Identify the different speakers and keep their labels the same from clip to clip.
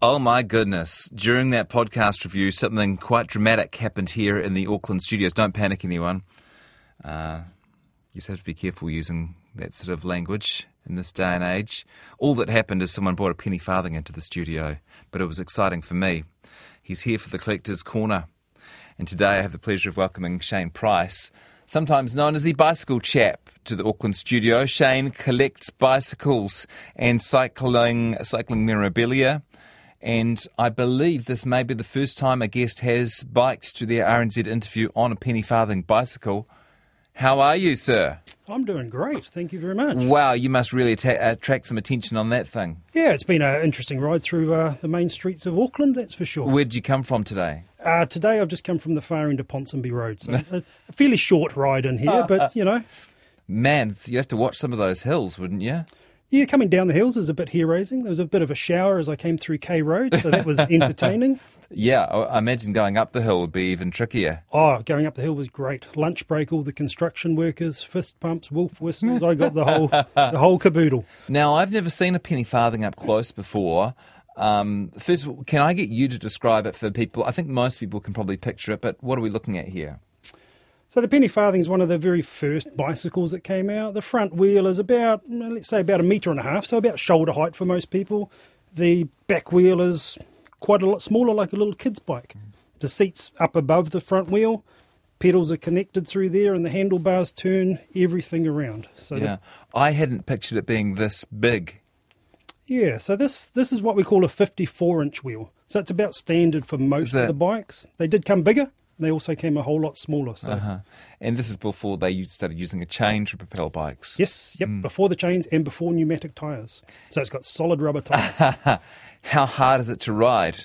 Speaker 1: Oh my goodness. During that podcast review, something quite dramatic happened here in the Auckland studios. Don't panic, anyone. Uh, you just have to be careful using that sort of language in this day and age. All that happened is someone brought a penny farthing into the studio, but it was exciting for me. He's here for the Collector's Corner. And today I have the pleasure of welcoming Shane Price, sometimes known as the Bicycle Chap, to the Auckland studio. Shane collects bicycles and cycling, cycling memorabilia. And I believe this may be the first time a guest has biked to their RNZ interview on a penny farthing bicycle. How are you, sir?
Speaker 2: I'm doing great. Thank you very much.
Speaker 1: Wow, you must really atta attract some attention on that thing.
Speaker 2: Yeah, it's been an interesting ride through uh, the main streets of Auckland, that's for sure.
Speaker 1: Where'd you come from today?
Speaker 2: Uh, today I've just come from the far end of Ponsonby Road, so a a fairly short ride in here, but you know,
Speaker 1: Man, it's- you have to watch some of those hills, wouldn't you?
Speaker 2: yeah, coming down the hills is a bit hair raising. There was a bit of a shower as I came through K Road, so that was entertaining.
Speaker 1: Yeah, I I imagine going up the hill would be even trickier.
Speaker 2: Oh, going up the hill was great. Lunch break, all the construction workers, fist pumps, wolf whistles. I got the whole the whole caboodle.
Speaker 1: Now, I've never seen a penny farthing up close before. Um, first of all, can I get you to describe it for people? I think most people can probably picture it, but what are we looking at here?
Speaker 2: So the penny farthing is one of the very first bicycles that came out. The front wheel is about, mm, let's say, about a metre and a half, so about shoulder height for most people. The back wheel is quite a lot smaller, like a little kid's bike. The seat's up above the front wheel, pedals are connected through there, and the handlebars turn everything around. So the-
Speaker 1: Yeah, I hadn't pictured it being this big.
Speaker 2: yeah, so this this is what we call a 54 inch wheel. So it's about standard for most
Speaker 1: that-
Speaker 2: of the bikes. They did come bigger. They also came a whole lot smaller. So
Speaker 1: Uh-huh. And this is before they used- started using a chain to propel bikes.
Speaker 2: Yes, yep,
Speaker 1: Hmm.
Speaker 2: before the chains and before pneumatic tyres. So it's got solid rubber tyres.
Speaker 1: How hard is it to ride?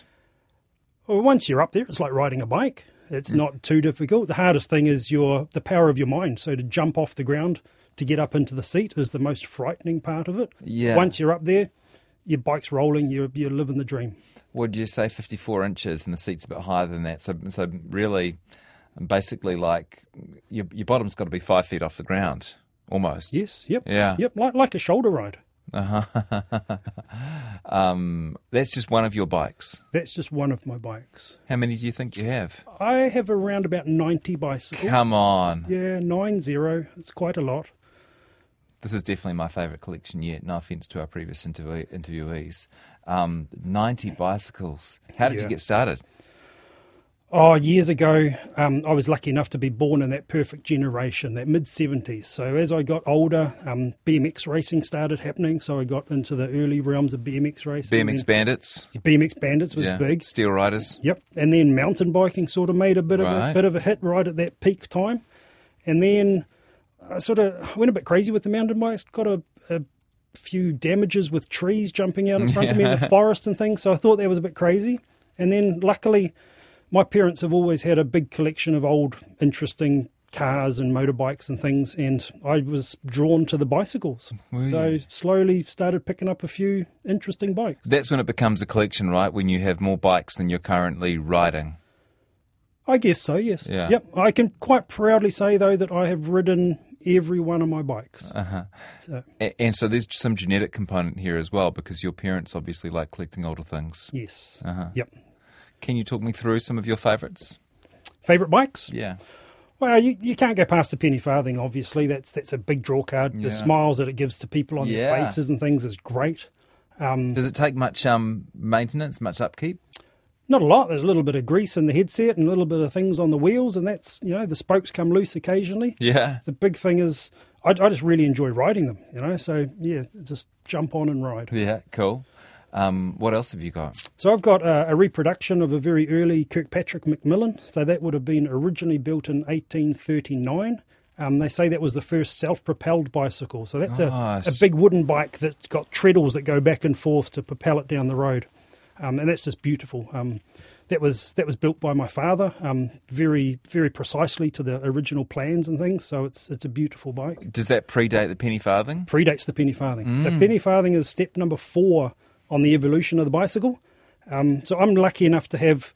Speaker 2: well, once you're up there, it's like riding a bike. It's
Speaker 1: Hmm.
Speaker 2: not too difficult. The hardest thing is your the power of your mind. So to jump off the ground to get up into the seat is the most frightening part of it.
Speaker 1: Yeah.
Speaker 2: Once you're up there, your bike's rolling, you're, you're living the dream.
Speaker 1: Would you say 54 inches, and the seat's a bit higher than that? So, so really, basically, like your, your bottom's got to be five feet off the ground, almost.
Speaker 2: Yes, yep.
Speaker 1: Yeah.
Speaker 2: Yep, like, like a shoulder ride.
Speaker 1: Um, that's just one of your bikes.
Speaker 2: That's just one of my bikes.
Speaker 1: How many do you think you have?
Speaker 2: I have around about 90 bicycles.
Speaker 1: Come on,
Speaker 2: Yeah, nine zero. It's quite a lot.
Speaker 1: this is definitely my favourite collection yet. No offence to our previous interview- interviewees. Um, 90 bicycles. How did you
Speaker 2: Yeah.
Speaker 1: get started?
Speaker 2: Oh, years ago, um, I was lucky enough to be born in that perfect generation, that mid 70s. So, as I got older, um, BMX racing started happening. So, I got into the early realms of BMX racing.
Speaker 1: BMX
Speaker 2: Then
Speaker 1: Bandits.
Speaker 2: BMX Bandits was big.
Speaker 1: Steel Riders.
Speaker 2: Yep. And then mountain biking sort of made a bit, of
Speaker 1: Right.
Speaker 2: a, bit of a hit right at that peak time. And then I sort of went a bit crazy with the mountain bikes, got a, a few damages with trees jumping out in front of me in the forest and things. So I thought that was a bit crazy. And then luckily, my parents have always had a big collection of old, interesting cars and motorbikes and things. And I was drawn to the bicycles. so slowly started picking up a few interesting bikes.
Speaker 1: That's when it becomes a collection, right? When you have more bikes than you're currently riding.
Speaker 2: I guess so, yes.
Speaker 1: Yeah.
Speaker 2: Yep. I can quite proudly say, though, that I have ridden every one of my bikes.
Speaker 1: Uh-huh. A- And so there's some genetic component here as well because your parents obviously like collecting older things.
Speaker 2: Yes.
Speaker 1: Uh-huh.
Speaker 2: Yep.
Speaker 1: Can you talk me through some of your favourites?
Speaker 2: Favorite bikes?
Speaker 1: Yeah.
Speaker 2: Well, you, you can't go past the penny farthing, obviously. That's that's a big draw card.
Speaker 1: Yeah.
Speaker 2: The smiles that it gives to people on
Speaker 1: Yeah.
Speaker 2: their faces and things is great.
Speaker 1: Does it take much um, maintenance, much upkeep?
Speaker 2: Not a lot. There's a little bit of grease in the headset and a little bit of things on the wheels, and that's, you know, the spokes come loose occasionally.
Speaker 1: Yeah.
Speaker 2: The big thing is, I, I just really enjoy riding them, you know, so yeah, just jump on and ride.
Speaker 1: Yeah, cool. Um, what else have you got?
Speaker 2: So I've got a, a reproduction of a very early Kirkpatrick Macmillan. So that would have been originally built in 1839. Um, they say that was the first self-propelled bicycle. So that's
Speaker 1: Nice.
Speaker 2: a, a big wooden bike that's got treadles that go back and forth to propel it down the road, um, and that's just beautiful. Um, that was that was built by my father, um, very very precisely to the original plans and things. So it's it's a beautiful bike
Speaker 1: Does that predate the penny farthing?
Speaker 2: predates the penny farthing. So penny farthing is step number four on the evolution of the bicycle. Um, so I'm lucky enough to have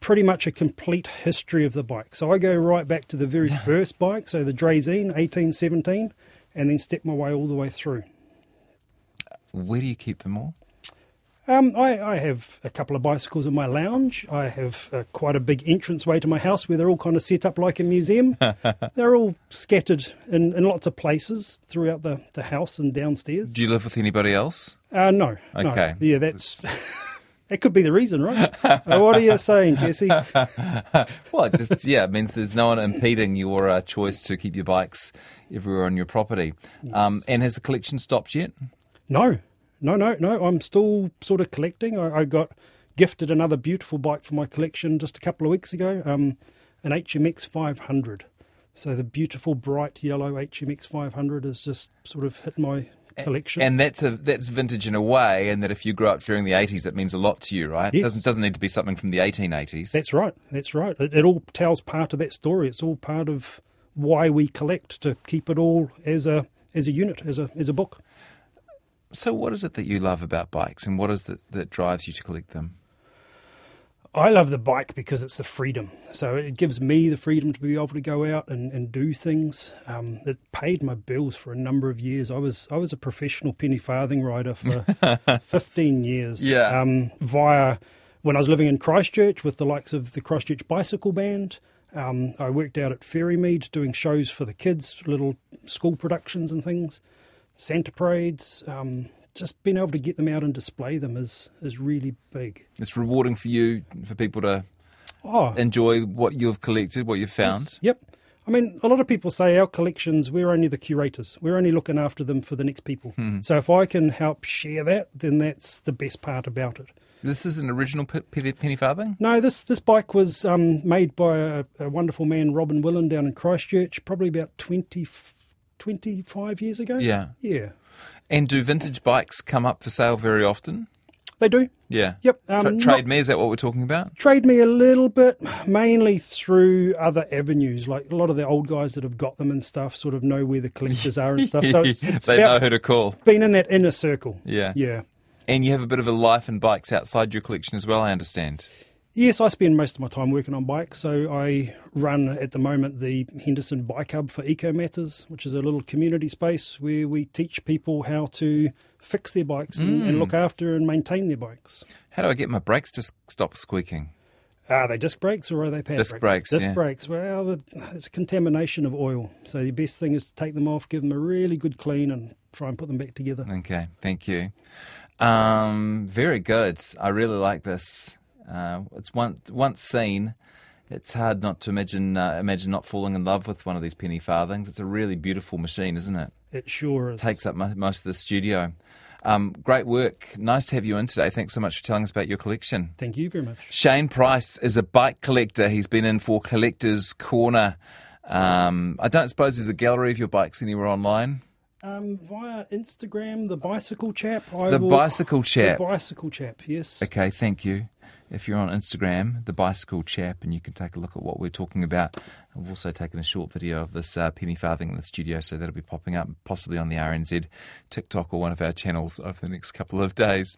Speaker 2: pretty much a complete history of the bike. So I go right back to the very first bike, so the Drazine 1817, and then step my way all the way through.
Speaker 1: Where do you keep them all?
Speaker 2: Um, I, I have a couple of bicycles in my lounge. I have uh, quite a big entranceway to my house where they're all kind of set up like a museum. they're all scattered in, in lots of places throughout the, the house and downstairs.
Speaker 1: Do you live with anybody else?
Speaker 2: Uh, no.
Speaker 1: Okay.
Speaker 2: No. Yeah, that's. that could be the reason, right? Uh, what are you saying, Jesse?
Speaker 1: Well, it just, yeah, it means there's no one impeding your uh, choice to keep your bikes everywhere on your property. Um, and has the collection stopped yet?
Speaker 2: No, no, no, no. I'm still sort of collecting. I, I got gifted another beautiful bike for my collection just a couple of weeks ago um, an HMX 500. So the beautiful bright yellow HMX 500 has just sort of hit my collection.
Speaker 1: And that's a that's vintage in a way, and that if you grew up during the 80s, it means a lot to you, right? It
Speaker 2: Yes.
Speaker 1: doesn't doesn't need to be something from the 1880s.
Speaker 2: That's right. That's right. It, it all tells part of that story. It's all part of why we collect to keep it all as a as a unit, as a as a book.
Speaker 1: so, what is it that you love about bikes, and what is it that drives you to collect them?
Speaker 2: I love the bike because it's the freedom. So it gives me the freedom to be able to go out and, and do things. Um, it paid my bills for a number of years. I was I was a professional penny farthing rider for fifteen years.
Speaker 1: Yeah.
Speaker 2: Um, via when I was living in Christchurch with the likes of the Christchurch Bicycle Band. Um, I worked out at Ferrymead doing shows for the kids, little school productions and things, Santa parades. Um, just being able to get them out and display them is is really big.
Speaker 1: It's rewarding for you, for people to
Speaker 2: Oh,
Speaker 1: enjoy what you've collected, what you've found.
Speaker 2: Yep. I mean, a lot of people say our collections, we're only the curators. We're only looking after them for the next people.
Speaker 1: Hmm.
Speaker 2: So if I can help share that, then that's the best part about it.
Speaker 1: This is an original pe- pe- penny farthing.
Speaker 2: No, this, this bike was um, made by a, a wonderful man, Robin Willan, down in Christchurch, probably about 20, 25 years ago.
Speaker 1: Yeah.
Speaker 2: Yeah.
Speaker 1: And do vintage bikes come up for sale very often?
Speaker 2: They do.
Speaker 1: Yeah.
Speaker 2: Yep.
Speaker 1: Tra-
Speaker 2: Um,
Speaker 1: trade
Speaker 2: not-
Speaker 1: me, is that what we're talking about?
Speaker 2: trade me a little bit, mainly through other avenues. Like a lot of the old guys that have got them and stuff sort of know where the collectors are and stuff. So it's, it's
Speaker 1: they
Speaker 2: about
Speaker 1: know who to call.
Speaker 2: being in that inner circle.
Speaker 1: Yeah.
Speaker 2: Yeah.
Speaker 1: And you have a bit of a life in bikes outside your collection as well, I understand.
Speaker 2: Yes, I spend most of my time working on bikes. So I run at the moment the Henderson Bike Hub for Eco Matters, which is a little community space where we teach people how to fix their bikes and, and
Speaker 1: Mm.
Speaker 2: look after and maintain their bikes.
Speaker 1: How do I get my brakes to s- stop squeaking?
Speaker 2: Are they disc brakes or are they pad
Speaker 1: Disc brakes,
Speaker 2: Disc
Speaker 1: yeah.
Speaker 2: brakes. Well, the- it's contamination of oil. So the best thing is to take them off, give them a really good clean, and try and put them back together.
Speaker 1: Okay, thank you. Um, very good. I really like this. Uh, it's one, once seen, it's hard not to imagine uh, imagine not falling in love with one of these penny farthings. It's a really beautiful machine, isn't it?
Speaker 2: It sure is.
Speaker 1: takes up mo- most of the studio. Um, great work. Nice to have you in today. Thanks so much for telling us about your collection.
Speaker 2: Thank you very much.
Speaker 1: Shane Price is a bike collector. He's been in for Collectors Corner. Um, I don't suppose there's a gallery of your bikes anywhere online.
Speaker 2: Um, via Instagram, the bicycle chap. I
Speaker 1: The
Speaker 2: will-
Speaker 1: Bicycle Chap.
Speaker 2: The bicycle chap. Yes.
Speaker 1: Okay, thank you. If you're on Instagram, the bicycle chap, and you can take a look at what we're talking about. I've also taken a short video of this uh, penny farthing in the studio, so that'll be popping up possibly on the RNZ TikTok or one of our channels over the next couple of days.